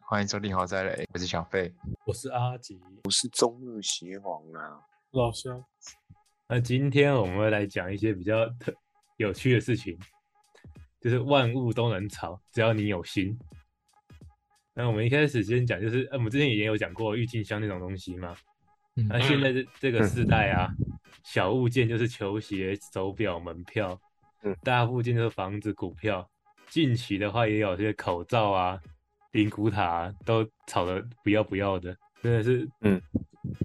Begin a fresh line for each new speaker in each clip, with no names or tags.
欢迎收听豪宅雷，我是小费。
我是阿吉。
是中日协皇啊，
老乡，
那今天我们会来讲一些比较特有趣的事情，就是万物都能炒，只要你有心。那我们一开始先讲，就是、呃、我们之前也有讲过郁金香那种东西嘛。
嗯
那现在这这个时代啊，小物件就是球鞋、手表、门票
嗯，
大物件就是房子、股票。近期的话，也有这些口罩啊、灵骨塔、啊、都炒得不要不要的，真的是
嗯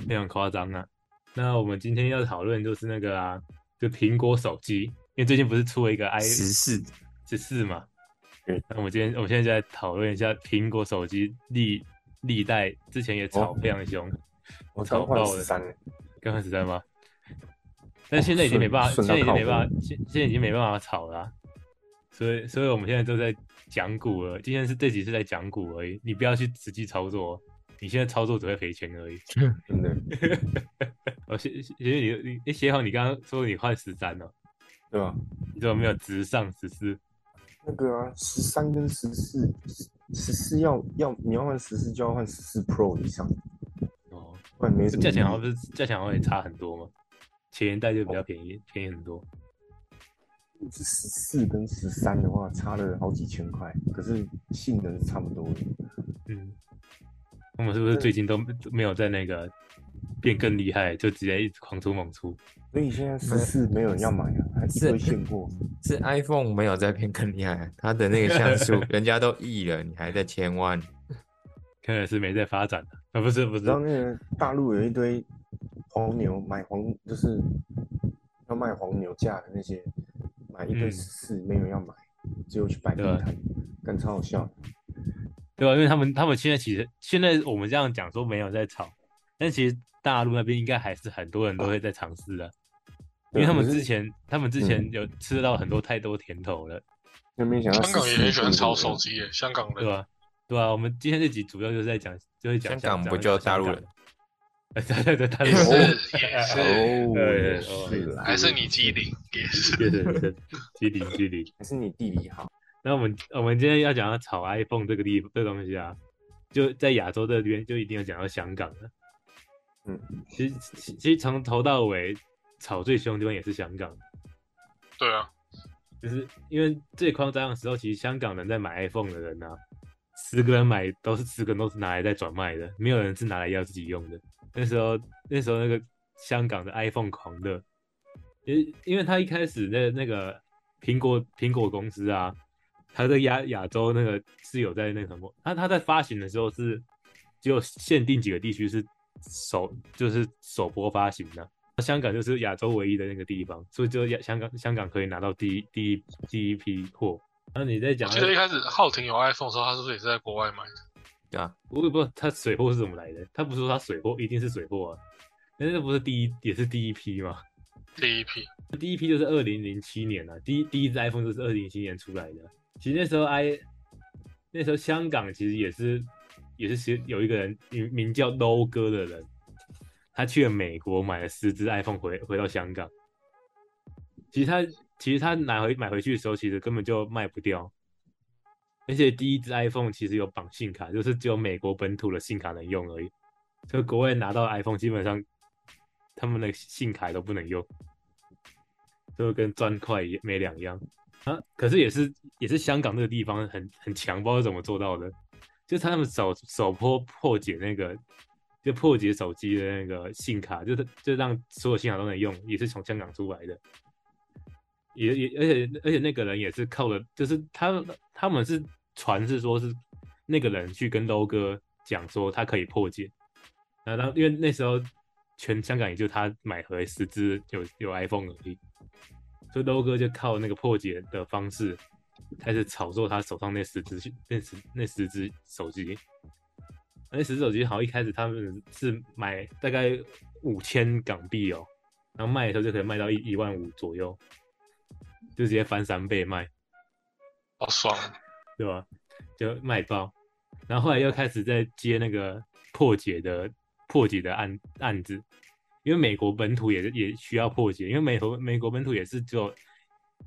非常夸张啊。那我们今天要讨论就是那个啊，就苹果手机，因为最近不是出了一个 i
时事
十四嘛。
嗯，
那我们今天我们现在就来讨论一下苹果手机历历代之前也炒
哦
非常凶，
我
炒
刚换
爆
十
了
三欸了，
刚换十三吗？但现在已经没办法，现
哦顺顺
在已
到
经没
靠
办法，现现在已经没办法炒了啊、所以所以我们现在都在讲股了。今天是这集是在讲股而已，你不要去实际操作哦，你现在操作只会赔钱而已。
真的，
哦，写写你你诶写好，你刚刚说你换十三哦，
对吧？
你怎么没有直上十四？
那个啊，十三跟十四，十四要要你要换十四就要换十四 Pro 以上，
哦，
不然没什么啊
价钱
意义
好像不是价钱好像也差很多嘛，前一代就比较便宜，便宜很多。
是十四跟十三的话，差了好几千块，可是性能是差不多的。
嗯，我们是不是最近都没有在那个变更厉害，就直接一直狂出猛出？
所以现在十四没有人要买啊，还一堆现货。
是 iPhone 没有在骗更厉害，它的那个像 素人家都亿了，你还在千万，
看来是没在发展的啊，不是不
你
是
知，道那个大陆有一堆黄牛买黄，就是要卖黄牛价的那些，买一堆
嗯
十四没有人要买，只有去摆地
对啊
摊，但超好笑。
对啊吧？因为他们他们现在其实现在我们这样讲说没有在炒，但其实大陆那边应该还是很多人都会在尝试的，因
对啊
为他们
可是嗯
之前他们之前有吃到很多太多甜头了，
那没想到
香港也很喜欢
14
炒手，机耶，香港
对
人。
吧？对啊，我们今天这集主要就是在讲，就是讲
香港
讲
不就大陆
香
人
港？ 对对对，大陆
也
人
是
哦
也是，
哦，
对
是啦，
还是你机灵，也是。
对对对，机灵机灵。
还是你地理好。
那我们我们今天要讲到炒 iPhone 这个地这东西啊，就在亚洲这边就一定要讲到香港了。
嗯，
其实其其实从头到尾炒最凶的地方也是香港，
对啊，
就是因为最夸张的时候，其实香港人在买 iPhone 的人啊，十个人买都是十个人都是拿来在转卖的，没有人是拿来要自己用的。那时候那时候那个香港的 iPhone 狂热，因因为他一开始那那个苹果苹果公司啊，他在亚亚洲那个是有在那个什么，他他在发行的时候是只有限定几个地区是首就是首播发行的、香港就是亚洲唯一的那个地方，所以只有亚香港香港可以拿到第一第一第一批货。然后你在讲
我，记得一开始浩廷有 iPhone 的时候，他是不是也是在国外买的？
对吧？
我也不知道他水货是怎么来的，他不是说他水货一定是水货啊，但是那不是第一也是第一批吗？
第一批，
第一批就是二零零七年啊，第一第一只 iPhone 就是二零零七年出来的。其实那时候 i 那时候香港其实也是也是其实有一个人名名叫 No 哥的人，他去了美国买了十只 iPhone 回回到香港。其实他其实他拿回买回去的时候，其实根本就卖不掉。而且第一只 iPhone 其实有绑信卡，就是只有美国本土的信卡能用而已。所以国外拿到的 iPhone 基本上他们的信卡都不能用。就跟砖块也没两样啊。可是也是也是香港这个地方很很强，不知道怎么做到的，就是他们首首破破解那个，就破解手机的那个信卡，就是就让所有信卡都能用，也是从香港出来的。也也而且而且那个人也是靠了，就是他他们是传是说是那个人去跟楼哥讲说他可以破解，那当因为那时候全香港也就他买回十只有有 iPhone 而已，所以楼哥就靠那个破解的方式开始炒作他手上那十只那十那十只手机。那十只手机好，一开始他们是买大概五千港币哦，然后卖的时候就可以卖到一一万五左右，就直接翻三倍卖。
好爽！
对吧？就卖爆，然后后来又开始在接那个破解的破解的案案子，因为美国本土也是也需要破解，因为美国美国本土也是只有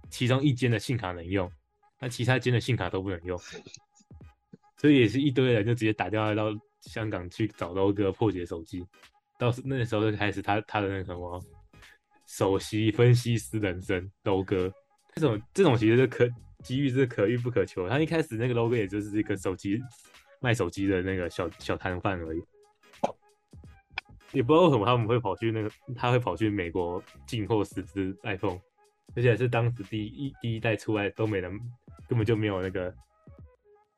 其中一间的信卡能用，那其他间的信卡都不能用，所以也是一堆人就直接打电话到香港去找到哥破解手机。到时那时候就开始他他的那个什么首席分析师人生楼哥，这种这种其实是可机遇是可遇不可求。他一开始那个楼哥也就是一个手机卖手机的那个小小摊贩而已，也不知道为什么他们会跑去那个他会跑去美国进货十只 iPhone，而且是当时第一第一代出来都没人，根本就没有那个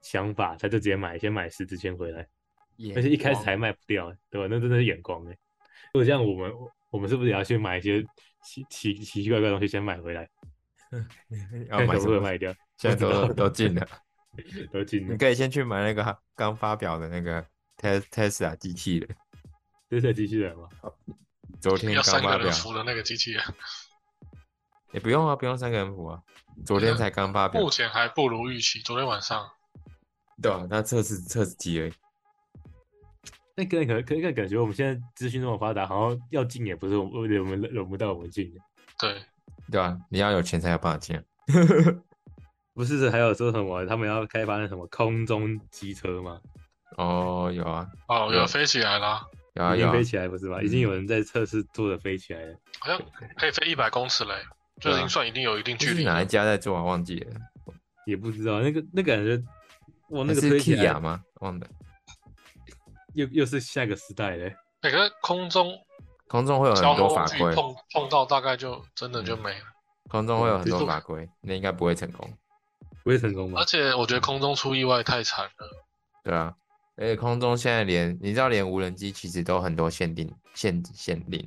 想法，他就直接买先买十只先回来。
眼
而且一开始
光
还卖不掉、对吧？那真的是眼光哎、如果这样，我们我们是不是也要去买一些奇奇奇奇怪怪的东西，先买回来，
要
看
买
可
什
不可以
么？
卖掉？
现在
不知道
都都进了，
都进
你
了，
可以先去买那个刚发表的那个 Tes- Tesla 机器人，
这是机器人吗？
昨天
要
刚
三
发
个
表
人，扶的那个机器人，
也不用啊，不用三个人谱啊，昨天才刚发表，
目前还不如预期。昨天晚上
对啊，他测试测试机而已，
那个可可可感觉我们现在资讯那么发达，好像要进也不是我我我们轮不到我们进的。
对
对啊，你要有钱才有办法进啊，
不是还有说什么他们要开发那什么空中机车吗？
哦，有啊，
哦，
对
有飞起来啦，
有啊
已
有
经
啊
飞，起来不是吗？已经有人在测试做的飞起来了。
好像可以飞一百公尺嘞，就
对啊
已经算一定有一定
这
距
是
离
哪
了
一。家在做啊？忘记了，
也不知道那个那感觉，哇，那
还
个
是
推起
Kia
来
吗？忘了，
又又是下个时代嘞。
每个空中
空中会有很
交
多
通
法
工具
规，嗯
碰碰到大概就真的就没了。
空中会有很
其
多
实我
法规，那应该不会成功，
不会成功吧
而？且我觉得空中出意外太惨了，
对啊，而且空中现在连你知道，连无人机其实都很多限定限限定，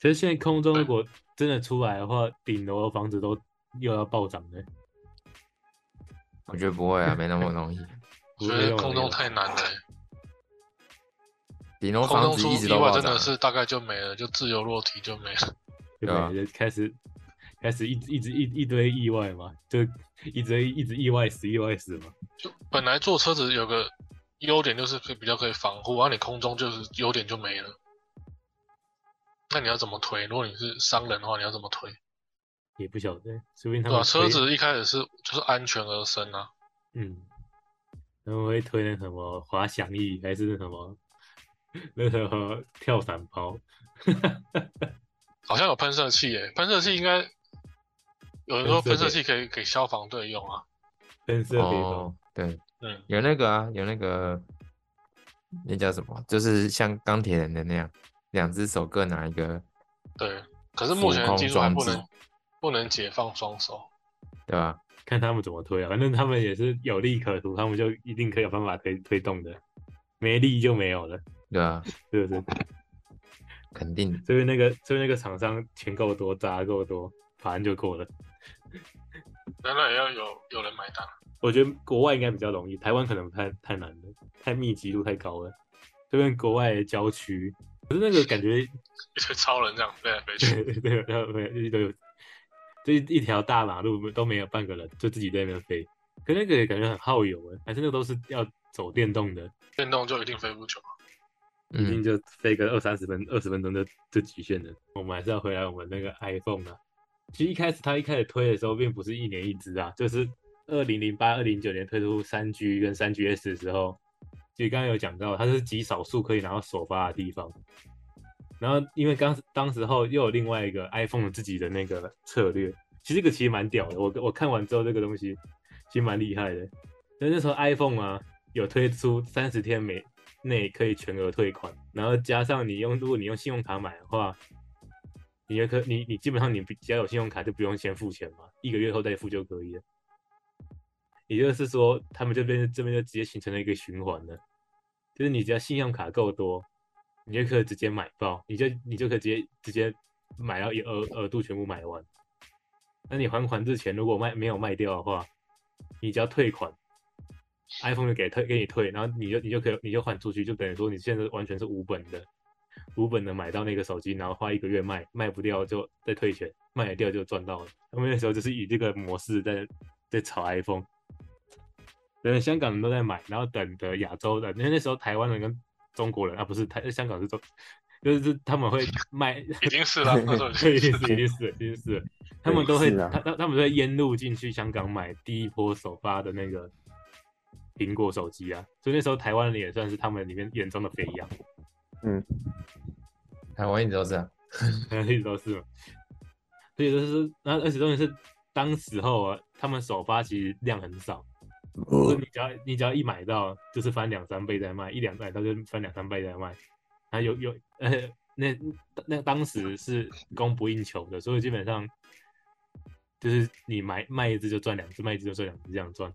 其实现在空中如果真的出来的话，顶楼的房子都又要暴涨了。
我觉得不 会啊，没那么容易。
我觉得空中太难了。
顶楼
空
房
中
子
出
一直
意
都
外
暴
真
涨
的
啊，
是大概就没了，就自由落体就没了。
对
对啊
吧？就开始开始一直一直一一堆意外嘛，就一直一直意外死意外死嘛。
就本来坐车子有个优点就是可以比较可以防护，然后你空中就是优点就没了。那你要怎么推？如果你是商人的话，你要怎么推？
也不晓得，说不定他们
对吧？车
推
子一开始是就是安全而生啊，
嗯，他们会推那什么滑翔翼，还是那什么那什么跳伞包？
好像有喷射器耶、喷射器应该有人说
喷
喷
射
射器可以给消防队用啊。
喷射背包
哦，对，
嗯，
有那个啊，有那个那叫什么，就是像钢铁人的那样，两只手各拿一个，
对。可是目前
浮空
技术还不
装置
能不能解放双手，
对吧？
看他们怎么推啊。反正他们也是有利可图，他们就一定可以有方法推推动的，没利就没有了，
对啊，
是不是？
肯定
这边那个这边那个厂商钱够多，砸够多，法案就够了。
当然也要有有人买单。
我觉得国外应该比较容易，台湾可能太太难了，太密集度太高了。这边国外的郊区，可是那个感觉，
一堆超人这样飞来飞
对
去，
对对，没有一堆，就一一条大马路都没有半个人，就自己在那边飞。可那个感觉很耗油哎，还是那个都是要走电动的，
电动就一定飞不久。
一定
嗯，
就飞个二三十分二十分钟就就极限了。我们还是要回来我们那个 iPhone 啊。其实一开始它一开始推的时候，并不是一年一支啊，就是二零零八、二零九年推出三 G 跟三 GS 的时候，其实刚刚有讲到，它是极少数可以拿到首发的地方。然后因为刚当时候又有另外一个 iPhone 自己的那个策略，其实这个其实蛮屌的。我我看完之后，这个东西其实蛮厉害的。但那时候 iPhone 啊，有推出三十天每内可以全额退款，然后加上你用，如果你用信用卡买的话，你也可你你基本上你只要有信用卡就不用先付钱嘛，一个月后再付就可以了。也就是说，他们这边这边就直接形成了一个循环了，就是你只要信用卡够多，你就可以直接买爆，你就你就可以直接直接买到一额额度全部买完。那你还款之前如果卖没有卖掉的话，你只要退款，iPhone 就给退给你退，然后你就你就可以你就还出去，就等于说你现在完全是无本的，无本的买到那个手机，然后花一个月卖，卖不掉就再退钱，卖得掉就赚到了。他们那时候就是以这个模式在在炒 iPhone，等香港人都在买，然后等的亚洲人，因为那时候台湾人跟中国人啊，不是台香港是中，就是他们会卖，
已经是了，那时候已
对，一
经
定是，一定是，一定是，他们都会，
是啊
他他他们都会沿路进去香港买第一波首发的那个苹果手机啊，所以那时候台湾人也算是他们里面眼中的肥羊，
台湾一直都是啊，
一直都是嘛。所以就是，那而且重点是，当时候啊，他们首发其实量很少，就
呃
是你只要你只要一买到，就是翻两三倍再卖，一两买到就翻两三倍再卖。然后有有呃，那那当时是供不应求的，所以基本上就是你买卖一只就赚两只，卖一只就赚两只这样赚。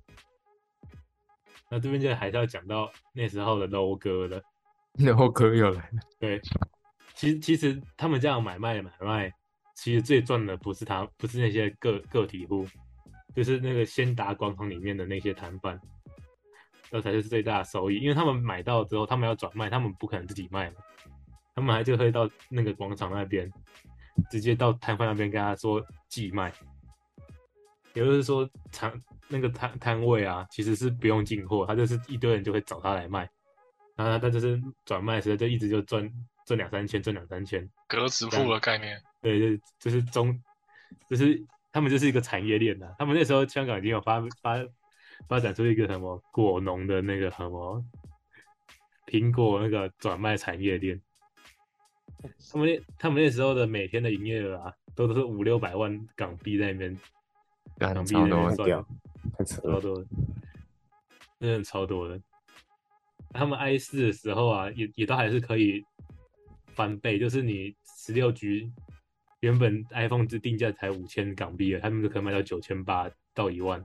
那这边就还是要讲到那时候的 low 哥了。
然后哥又来了，
对，其实其实他们这样买卖买卖，其实最赚的不是他，不是那些个个体户，就是那个先达广场里面的那些摊贩，那才是最大的收益，因为他们买到之后，他们要转卖，他们不可能自己卖嘛，他们还就会到那个广场那边，直接到摊贩那边跟他说寄卖，也就是说摊那个摊摊位啊，其实是不用进货，他就是一堆人就会找他来卖。然后他就是转卖的时候就一直就赚赚两三千，赚两三千，
格子铺的概念，
对，就是就是中，就是他们就是一个产业链的、他们那时候香港已经有发发发展出一个什么果农的那个什么苹果那个转卖产业链。他们那他们那时候的每天的营业额啊，都都是五六百万港币在那边，
干
港币
超
那
多
边
的
很
算
屌，太扯
超
了。
多的，真的超多的。他们 I 四的时候啊，也也都还是可以翻倍，就是你十六 G 原本 iPhone 只定价才五千港币了，啊他们就可以卖到九千八到一万，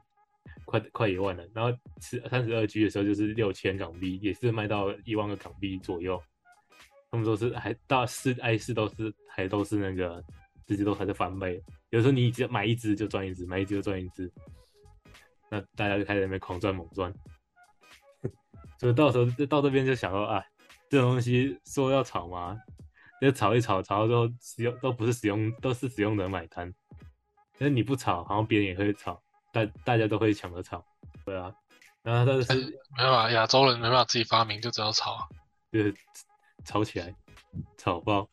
快快一万了。然后十三十二 G 的时候就是六千港币，也是卖到一万个港币左右。他们都是还到四 I 四都是还都是那个，直接都还是翻倍。有时候你只买一只就赚一只，买一只就赚一只，那大家就开始在那边狂赚猛赚。所以到时候到这边就想说，哎，这种东西说要炒嘛，就炒一炒，炒到最后使用都不是使用，都是使用者买单。那你不炒，好像别人也会炒，大大家都会抢着炒，对啊。然后但是
没办法，亚洲人没办法自己发明，就只好炒啊。
就是吵起来，吵爆。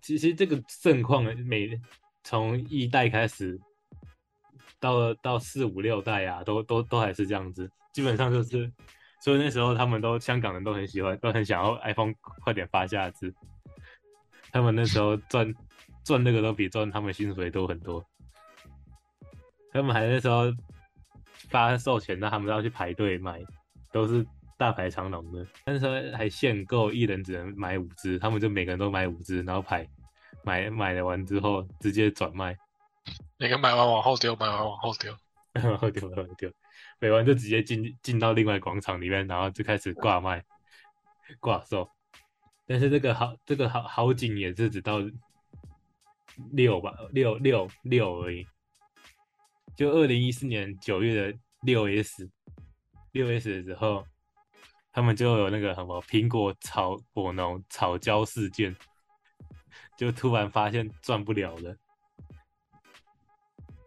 其实这个盛况呢，每从一代开始，到了到四五六代啊，都都都还是这样子，基本上就是，所以那时候他们都香港人都很喜欢，都很想要 iPhone 快点发下子。他们那时候赚赚那个都比赚他们薪水多很多。他们还那时候发售前，那他们都要去排队买，都是大排长龙的。那时候还限购，一人只能买五只，他们就每个人都买五只，然后排买买了完之后直接转卖，
每个买完往后丢，买完往后丢，
然后丢然后丢，买完就直接进进到另外广场里面，然后就开始挂卖挂售。但是这个好这个好好景也是只到六吧，六六六而已。就二零一四年九月的六 S，六 S 的时候，他们就有那个什么苹果炒果农炒焦事件，就突然发现赚不了了。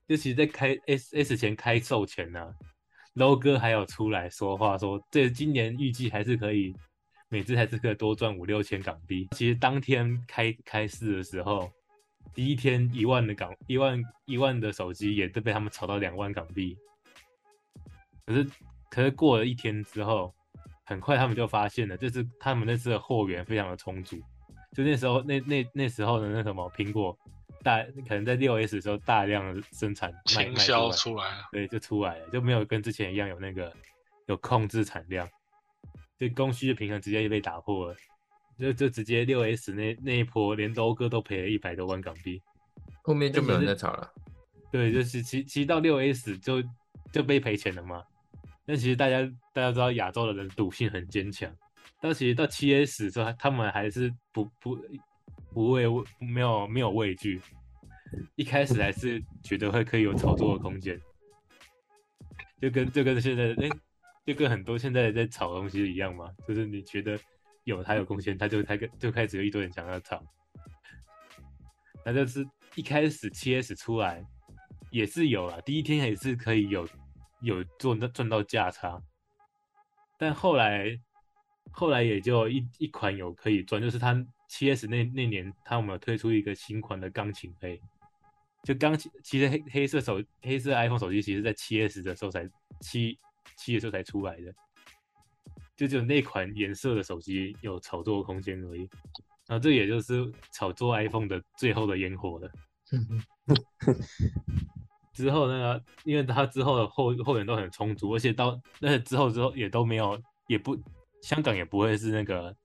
就其实，在开 S S 前开售前呢、啊，楼哥还有出来说话说，这今年预计还是可以，每只还是可以多赚五六千港币。其实当天开开市的时候，第一天一万的港一万一万的手机也都被他们炒到两万港币。可是可是过了一天之后，很快他们就发现了，就是他们那次的货源非常的充足，就那时候那那那时候的那什么苹果大可能在六 S 的时候大量的生产卖
倾
卖
销
来
出来了。
对，就出来了，就没有跟之前一样有那个有控制产量，就供需的平衡直接就被打破了，就就直接六 S 那那一波连周哥都赔了一百多万港币，
后面就没有人在吵了。
对，就是其其实到六 S 就就被赔钱了嘛。但其实大家大家知道亚洲的人赌性很坚强，但其实到七 S 之后，他们还是不不不畏没有没有畏惧，一开始还是觉得会可以有炒作的空间，就跟就跟现在哎、就跟很多现在在炒的东西一样嘛，就是你觉得有它有空间，它就开就开始有一堆人想要炒，那就是一开始七 S 出来也是有啊，第一天也是可以有有赚到赚到价差，但后来后来也就一一款有可以赚，就是它七 S 那那年他们有推出一个新款的钢琴黑，就钢琴其实黑黑色手黑色 iPhone 手机其实在七 S 的时候才七七的时候才出来的，就只有那款颜色的手机有炒作空间而已。然后这也就是炒作 iPhone 的最后的烟火了。嗯之后那个，因为它之后的后后援都很充足，而且到那之后之后也都没有，也不香港也不会是那个，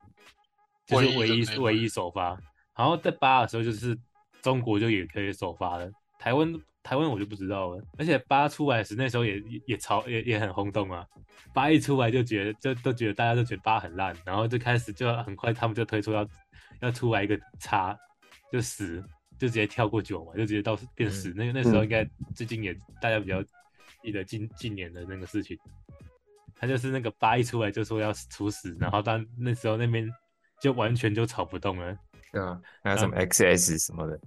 就是唯
唯一的
一
那个
唯一首发。然后在八的时候，就是中国就也可以首发了，台湾台湾我就不知道了。而且八出来时那时候也也也潮也也很轰动啊，八一出来就觉得就都觉得大家都觉得八很烂，然后就开始就很快他们就推出要要出来一个叉，就十，就直接跳过九嘛，就直接到变十、那个那时候应该最近也大家比较记得近近年的那个事情，他就是那个八一出来就说要出十，然后当那时候那边就完全就炒不动了，
对吧？还有什
啊
么 XS 什么的，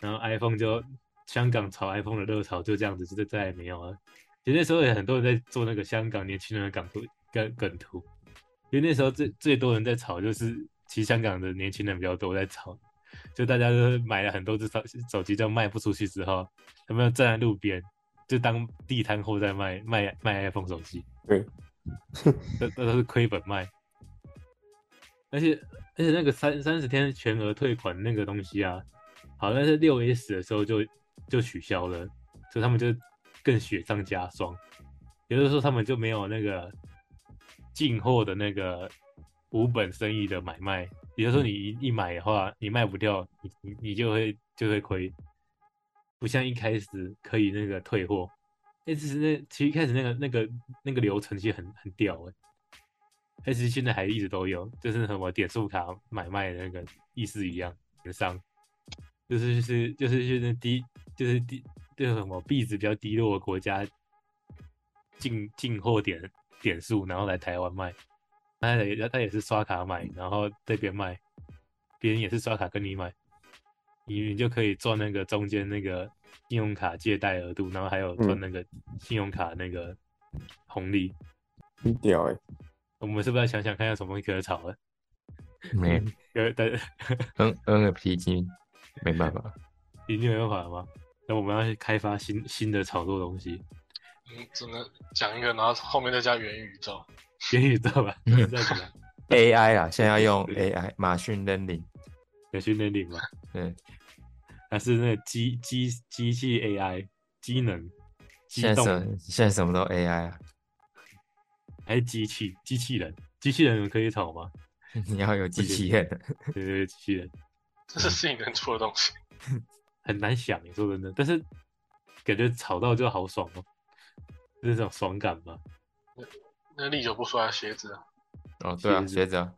然后 iPhone 就香港炒 iPhone 的热潮就这样子，就再也没有了。其实那时候也很多人在做那个香港年轻人的港图梗梗图，因为那时候最最多人在炒就是，其实香港的年轻人比较多在炒，就大家都买了很多只手手机，就卖不出去之后，他们站在路边就当地摊货在卖卖卖 iPhone 手机，
对，
这 这都是亏本卖。而且而且那个三三十天全额退款那个东西啊，好像是六 S 的时候就就取消了，所以他们就更雪上加霜。也就是说，他们就没有那个进货的那个无本生意的买卖，也就是说，你一一买的话，你卖不掉，你你你就会就会亏，不像一开始可以那个退货。哎、其实那其实一开始那个那个那个流程其实很很屌哎、但是现在还一直都有，就是什么点数卡买卖的那个意思一样，很伤，就是就是就是就是低就是低就是什么币值比较低落的国家进进货点点数，然后来台湾卖，他也他也是刷卡买，然后这边卖，别人也是刷卡跟你买，你你就可以赚那个中间那个信用卡借贷额度，然后还有赚
嗯
那个信用卡那个红利。
很屌哎、
我们是不是要想想看有什么可炒了？
没
有但
N NFT 已经没办法，
已经没办法了吗？那我们要去开发新新的炒作东西，
嗯，只能讲一个，然后后面再加元宇宙。
元宇宙 吧，这样子吧，
AI 啦，啊现在要用 AI 马逊 learning，
有训练力吗？
对，
还是那个机机机器 AI 机能机
现在
动
什现在什么都 AI 啊，
还是机器机器人？机器人可以炒吗？
你要有机器人，
对对对，机器人
这是自己能出的东西。
很难想，你说真的，但是感觉炒到就好爽哦，就是这种爽感吧。
那历久不衰的鞋子啊，
哦，对啊，
鞋子
学着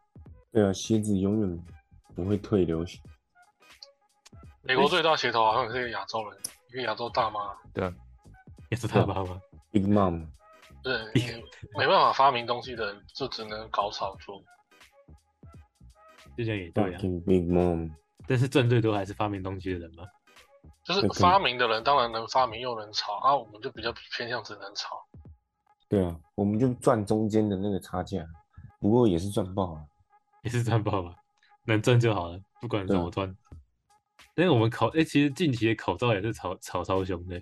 对啊，鞋子永远不会退流行。
美国最大鞋头好像也是一个亚洲人，一个亚洲大妈。
也是他爸爸，
Big Mom，
对，你没办法发明东西的人，就只能搞炒作。
这样也对啊。
fucking Big Mom，
但是赚最多还是发明东西的人嘛。
就是
对
发明的人当然能发明又能炒啊，我们就比较偏向只能炒。
对啊，我们就赚中间的那个差价，不啊过也是赚爆了。
也是赚爆吧，能赚就好了，不管怎
对啊
么赚。但是我们口哎、其实近期的口罩也是炒炒超凶的。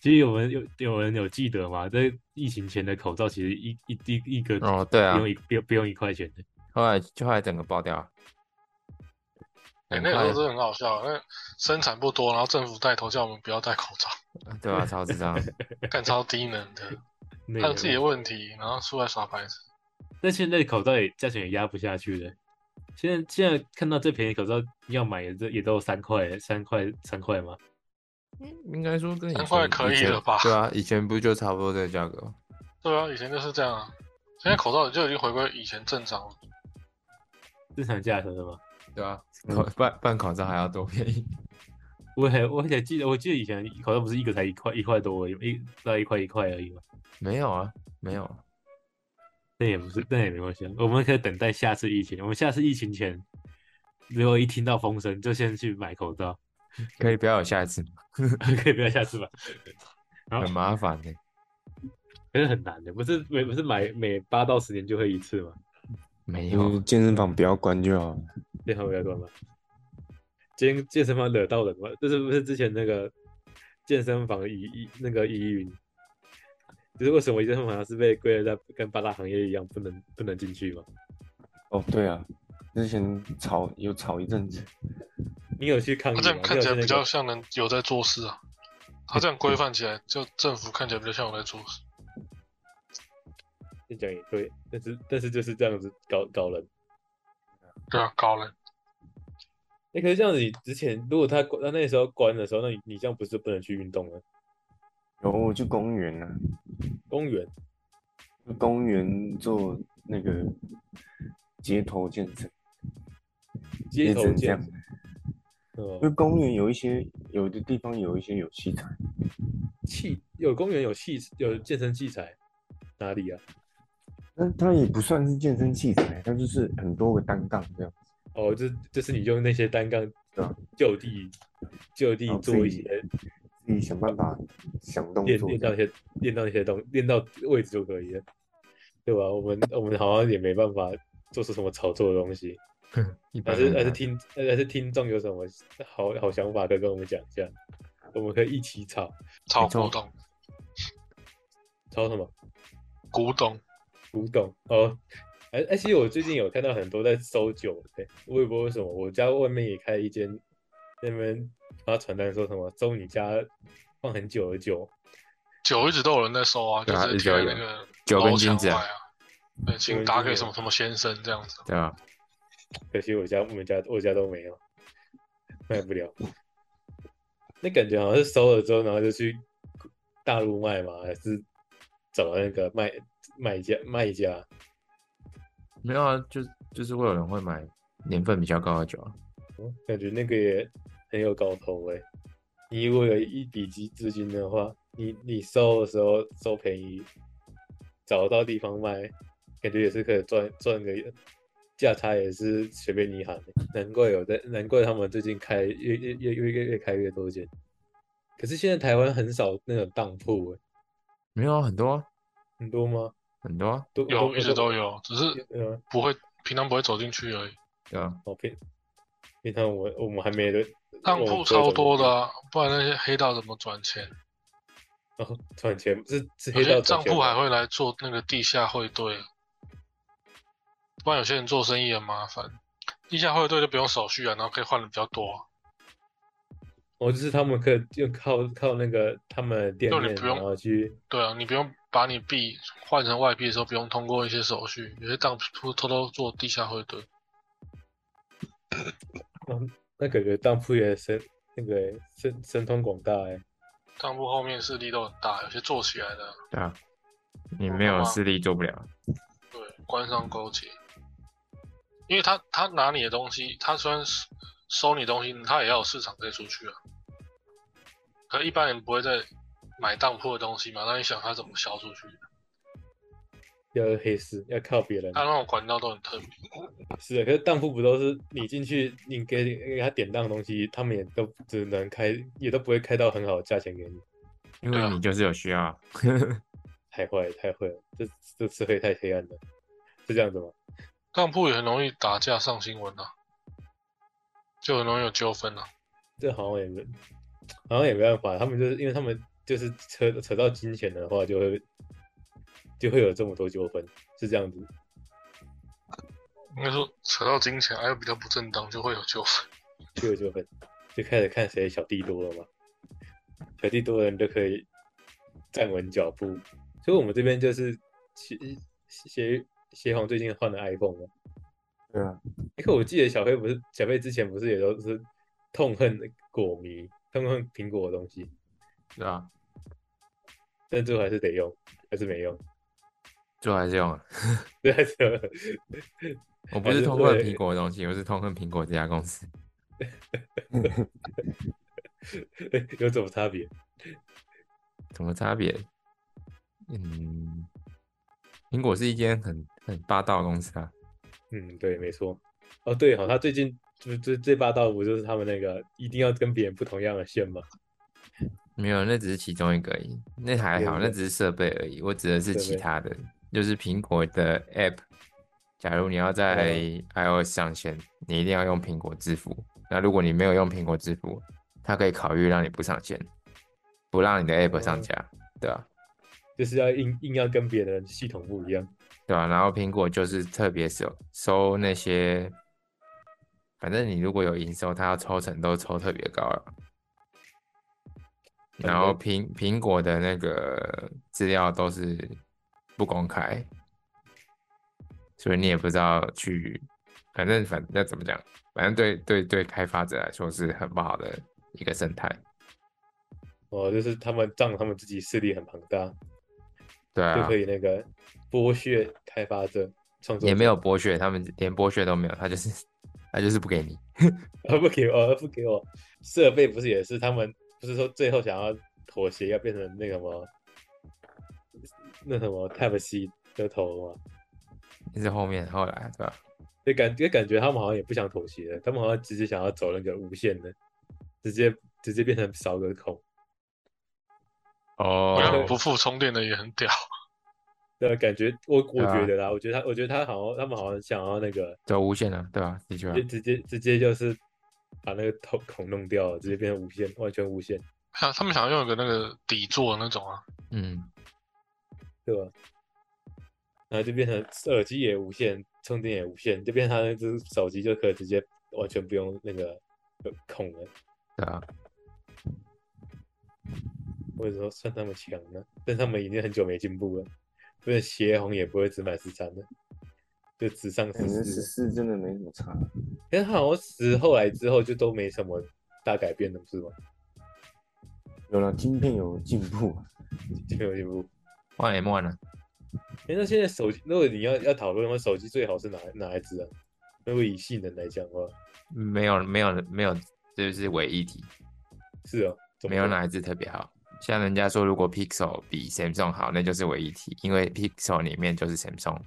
其实有人有有人有记得吗？在疫情前的口罩，其实一一一一个
哦，对啊
不，用一不用不用一块钱的，
后来就后来整个爆掉了，
哎、
很
那个时候
快
真的很好笑，那生产不多，然后政府带头叫我们不要戴口罩，
对啊，超智 障，
干超低能 的，
那
还
个
有自
哦
己的问题，然后出来耍白痴。
但现在口罩也价钱也压不下去了。现在现在看到最便宜口罩要买也这也都三块三块三块吗？
应该说跟以
难
前
怪可以
前
了吧
对啊，以前不就差不多这个价格吗？
对啊，以前就是这样啊，现在口罩就已经回归以前正常了。
正常价格的吗？
对啊，
嗯
口办办口罩还要多便宜，
我还我还记得我记得以前口罩不是一个才一块一块多而已吗，一到一块一块而已吗？
没有啊，没有啊，
那也不是，那也没关系啊。我们可以等待下次疫情。我们下次疫情前，如果一听到风声，就先去买口罩，
可以不要有下一次吗，
可以不要下次吧？好
很麻烦的、
可是很难的，不是每不是买每八到十年就会一次嘛？
没有
就是健身房不要关就好了。
健身房不要关吗？今天健身房惹到人吗？这是不是之前那个健身房疑疑那个疑云就是为什么一阵好像是被归类在跟八大行业一样，不能不能进去嘛？
哦，对啊，之前炒有炒一阵子，
你有去抗议
他
吗？
啊
这样
你有
看
去
起来
那
比
个
较像人有在做事啊。他这样规范起来，就政府看起来比较像有在做事。
这讲也对，但是但是就是这样子搞搞人。
对啊，高人。
哎、可是这样子，你之前如果他关他那时候关的时候，那你你这样不是不能去运动了？
有我去公园啊，
公园
去公园做那个街头健身，
街
也
头哦
只能这
健
样嗯
身，是
因为
吧？
公园有一些有的地方有一些有器材，
器有公园有器有健身器材，哪里啊？
但它也不算是健身器材，它就是很多个单杠这样。
哦，就就是你用那些单杠
对啊
就地就地
然后自
做一
己
些
自己想办法想动
练
作
练
这
到一
样。
些练到一些东练到位置就可以了，对吧？我们我们好像也没办法做出什么炒作的东西，
一
还
般
嗯
是
人
还是
啊
听还是听众有什么好好想法，可以跟我们讲一下，我们可以一起炒
炒
没错
古董，
炒什么
古董
古董哦。哎哎，其实我最近有看到很多在收酒，对，我也不知道为什么，我家外面也开了一间，那边发传单说什么收你家放很久的酒，
酒一直都有人在收啊，
对
就
啊
是
一直都
贴
有
那个
九根
楼
筋
墙
子
外
啊，
啊。对，请打给什么什么先生这样子。
对啊吧？
可惜我家我们家我家都没有，卖不了。那感觉好像是收了之后，然后就去大陆卖嘛，还是找那个卖卖家卖家？
没有啊，就就是会有人会买年份比较高的酒啊，
嗯感觉那个也很有搞头哎、你如果有一笔资资金的话，你你收的时候收便宜，找到地方卖，感觉也是可以赚赚个价差，也是随便你喊欸、难怪有在，难怪他们最近开越越越越越越开越多间。可是现在台湾很少那种当铺、欸，
没有啊，很多啊
很多吗？
很多啊，
都
有，一直都
有。
有，只是
有啊
不会，平常不会走进去而已。
对吧？
哦，平平常我我们还没的，
当
我们不
铺
会
超
走
多
进去
的、啊，不然那些黑道怎么赚钱？
哦，赚钱是是
有
黑道赚
些账
钱
户
吗
还会来做那个地下汇兑，不然有些人做生意很麻烦。地下汇兑就不用手续啊，然后可以换的比较多啊、
哦，就是他们可以就靠靠那个他们的店
就你
面，
不用
然后去
对啊，你不用把你币换成外币的时候不用通过一些手续，有些当铺偷偷做地下汇兑，
那感觉当铺也神那个欸神神通广大哎，
当铺后面势力都很大，有些做起来的啊，
对啊，你没有势力做不了，
对，官商勾结，因为他他拿你的东西，他虽然收收你东西，他也要有市场可以出去啊。可一般人不会再买当铺的东西嘛，那你想他怎么销出去？
要黑市要靠别人
他那种管道都很特别，
是啊的，可是当铺不都是你进去，你给给他典当的东西，他们也都只能开，也都不会开到很好的价钱给你，
因
对
为
啊
你就是有需要啊，
太坏了太坏了，这这社会太黑暗了，是这样子吗？
当铺也很容易打架上新闻啊，就很容易有纠纷啊。
这好像也没，好像也没办法，他们就是因为他们就是扯扯到金钱的话，就会就会有这么多纠纷，是这样子。
应该说扯到金钱，还哎有比较不正当，就会有纠纷。
就有纠纷，就开始看谁小弟多了嘛。小弟多的人就可以站稳脚步，所以我们这边就是协协协皇最近换了 iPhone 了。
对啊，
哎，可我记得小黑不是小黑之前不是也都是痛恨果迷，痛恨苹果的东西，
对吧？
但最后还是得用，还是没用，
做还是用啊。
对，还是有
我不
还
是
是
痛恨
会
苹果的东西，我是痛恨苹果这家公司。
有什么差别？
什么差别？嗯，苹果是一间很很霸道的公司啊，
嗯，对，没错。哦，对，好，他最近最最最霸道不就是他们那个一定要跟别人不同样的线吗？
没有，那只是其中一个而已，那还好，
对
那只是设备而已。我指的是
设
其
备
他的，就是苹果的 App。假如你要在
嗯
iOS 上线，你一定要用苹果支付。那如果你没有用苹果支付，它可以考虑让你不上线，不让你的 App 上
哦
架，对吧、啊
就是要硬硬要跟别的系统不一样。
对吧、然后苹果就是特别收收那些，反正你如果有营收，它要抽成都抽特别高了。
反
然后
正
苹苹果的那个资料都是不公开，所以你也不知道去，反正反那怎么讲，反正对对对开发者来说是很不好的一个生态，
哦，就是他们仗他们自己势力很庞大，
对
就
啊
可，以那个剥削开发者、创作
也
者
没有剥削，他们连剥削都没有，他就是他就是不给你。
啊，不给我，啊不给我。设备不是也是他们，不是说最后想要妥协，要变成那个什么，那什么 Type C 的头嘛？
一直后面后来对吧？
就感就感觉他们好像也不想妥协了，他们好像直接想要走那个无线的，直接直接变成少个孔，
哦
我 看不付充电的也很屌，
对，感觉我我
对啊
觉得啦，我觉得他我觉得他好像他们好像想要那个，
走无线了，对吧？的确啊
就，直接直接就是把那个头孔弄掉了，直接变成无线，完全无线，
想他们想要用一个那个底座的那种啊，
嗯，
对吧？然后就变成耳机也无线，充电也无线，就变成他那只手机就可以直接完全不用那个呃孔了。
对啊，
或者说算他们强呢？但他们已经很久没进步了，不是协红也不会只买十三了，就只上
嗯
感觉
十
十
四。
四真的没什么差，
因为他好像十后来之后就都没什么大改变了，不是吗？
有了晶片有进步啊，
就没有进步。
换 M 换了，
哎，那现在手机，如果你要要讨论的话，手机最好是哪哪一只啊？如果以性能来讲的话，
没有没有没有，这就是唯一体，
是哦，怎
没
么
有
说
哪一只特别好。像人家说，如果 Pixel 比 Samsung 好，那就是唯一体，因为 Pixel 里面就是 Samsung。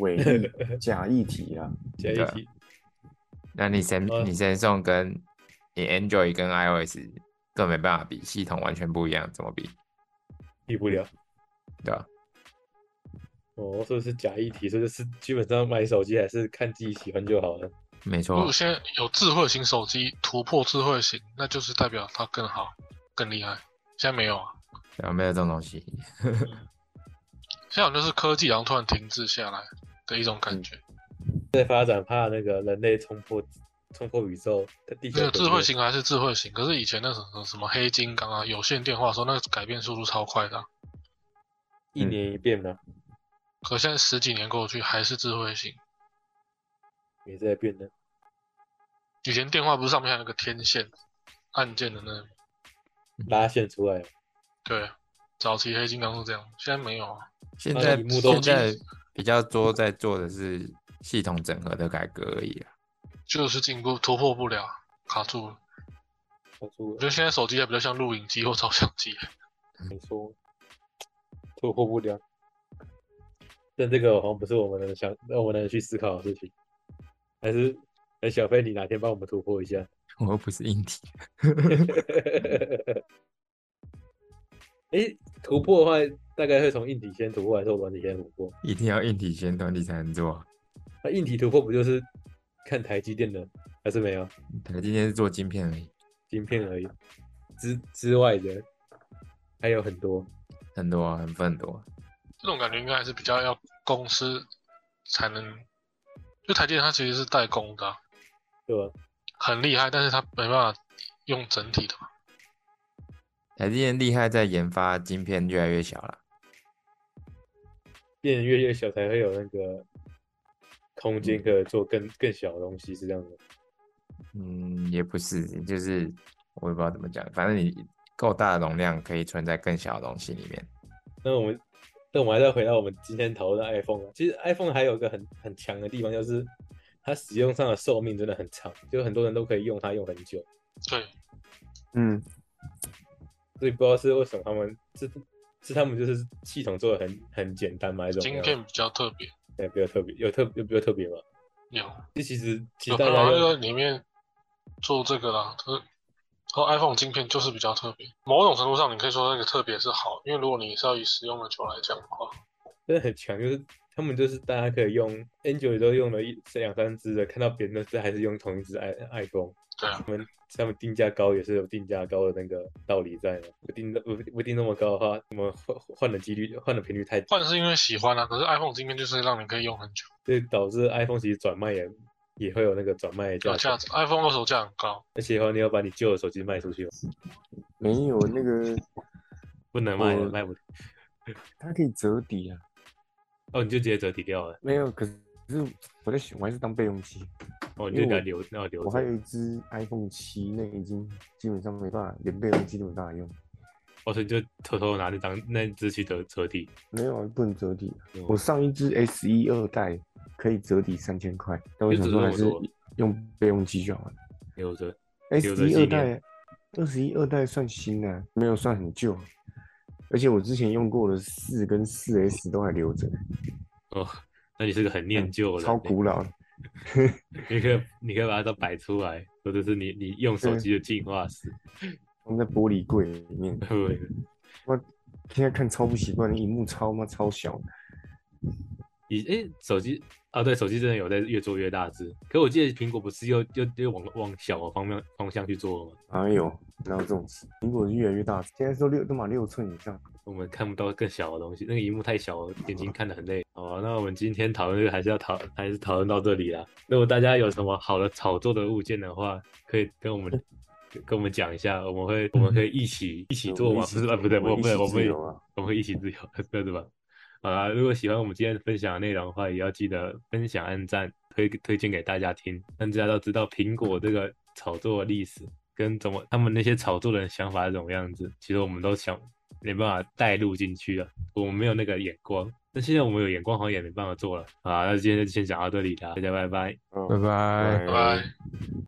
伪 一假一体啊，
加一起
那你 Sam、
呃
你 Samsung 跟你 Android 跟 iOS 更没办法比，系统完全不一样，怎么比？
比不了。
对啊吧、
哦，说是假议题，这就是基本上买手机还是看自己喜欢就好了。
没
如
错
果，现在有智慧型手机突破智慧型，那就是代表它更好、更厉害。现在没有啊，
对啊，没有这种东西。
现在好像就是科技好像突然停滞下来的一种感觉。
在发展，怕那个人类冲破冲破宇宙，地球
那个
毁灭
智慧型还是智慧型，可是以前那什么什么黑金刚啊、有线电话的时候，那个改变速度超快的啊、
一年一变嘛，
可现在十几年过去还是智慧型。
也在变呢。
以前电话不是上面还有那个天线按键的那个
拉线出来，
对，早期黑金刚是这样，现在没有啊。
现
它
在
的荧幕都
现在比较多在做的是系统整合的改革而已 啊。
就是进步突破不了，卡住了。
他说
我觉得现在手机还比较像录影机或照相机。啊
没错，突破不了。但这个好像不是我们能想，那我们能去思考的事情。还是，哎，小飞，你哪天帮我们突破一下？
我又不是硬体，
哎，突破的话，大概会从硬体先突破，还是我们体先突破？
一定要硬体先团体才能做啊。
那硬体突破不就是看台积电的，还是没有
台积电是做晶片而已，
晶片而已？之之外的还有很多。
很多啊，很分很多啊、
这种感觉应该还是比较要公司才能，就台积电它其实是代工的啊、
对吧？
很厉害，但是它没办法用整体的嘛。
台积电厉害在研发晶片越来越小了，
变得越来越小才会有那个空
嗯
间可以做更更小的东西，是这样的。
嗯，也不是，就是我也不知道怎么讲，反正你够大的容量可以存在更小的东西里面。
那我们，那我们还是要回到我们今天讨论的 iPhone 啊。其实 iPhone 还有一个很很强的地方，就是它使用上的寿命真的很长，就很多人都可以用它用很久。
对，
嗯，
所以不知道是为什么他们是是他们就是系统做的很很简单吗？还是怎么
晶
样
片比较特别，
对比较特别，有特有比较特别吗？
有
就其实其
有
实
可
大家
能这
用
个里面做这个啦，可是和 iPhone 晶片就是比较特别。某种程度上，你可以说那个特别是好，因为如果你是要以使用的球来讲的话，
真的很强，就是他们就是大家可以用 Angel 也都用了一两三只的，看到别人的只还是用同一只 i iPhone，
对啊，
他们定价高也是有定价高的那个道理在的，不定不不定那么高的话，我们换换的几率换的频率太低，
换是因为喜欢啊，可是 iPhone 今天就是让你可以用很久，
所以导致 iPhone 其实转卖也也会有那个转卖的价
有价值。iPhone 二手价很高，
而且以后你要把你旧的手机卖出去，
没有那个
不能卖
我
卖不
它可以折抵啊，
哦，你就直接折抵掉了，
没有，可是我在想，我还是当备用机。
哦，你
因
就
为
给它
我
留，那留
我还
着
有。一只 iPhone 七，那已经基本上没办法，连备用机都没办法用。
哦，所以你就偷偷拿那张那只去折折抵。
没有啊，不能折抵啊。
哦
我上一只 S 一二代可以折抵三千块，但我
就
想
折
说
这
还
么
是
多
用备用机就好了。
留着，
S
留着
一
纪
二
念
代，二十一二代算新的、啊，没有算很旧。而且我之前用过的四跟四 S 都还留着，
哦，那你是个很念旧的人
嗯超
欸，
古老的。
你可以你可以把它都摆出来，或者是你你用手机的进化史。
放在玻璃柜里面。
对，
我现在看超不习惯，荧幕超嘛超小，
以诶手机啊，对，手机真的有在越做越大只。可我记得苹果不是又又又往往小的方面方向去做了吗？
哪有哪有这种事？苹果是越来越大，现在都六都满六寸以上。
我们看不到更小的东西，那个荧幕太小了，眼睛看得很累。哦，那我们今天讨论这个还是要讨，还是讨论到这里啦。如果大家有什么好的炒作的物件的话，可以跟我们跟我们讲一下，我们会我们可以一起一起做
我
嘛？不
们一起
是啊，不对，
我
不不
们一
对，
起
我
自
们
由啊
我们一起自由， 对对吧？好啦，如果喜欢我们今天分享的内容的话，也要记得分享、按赞、推推荐给大家听，让大家都知道苹果这个炒作的历史跟怎么他们那些炒作人想法是怎么样子。其实我们都想没办法带入进去了，我们没有那个眼光。那现在我们有眼光，好像也没办法做了啊。那今天就先讲到这里啦，大家拜拜。
嗯
拜拜。
拜拜。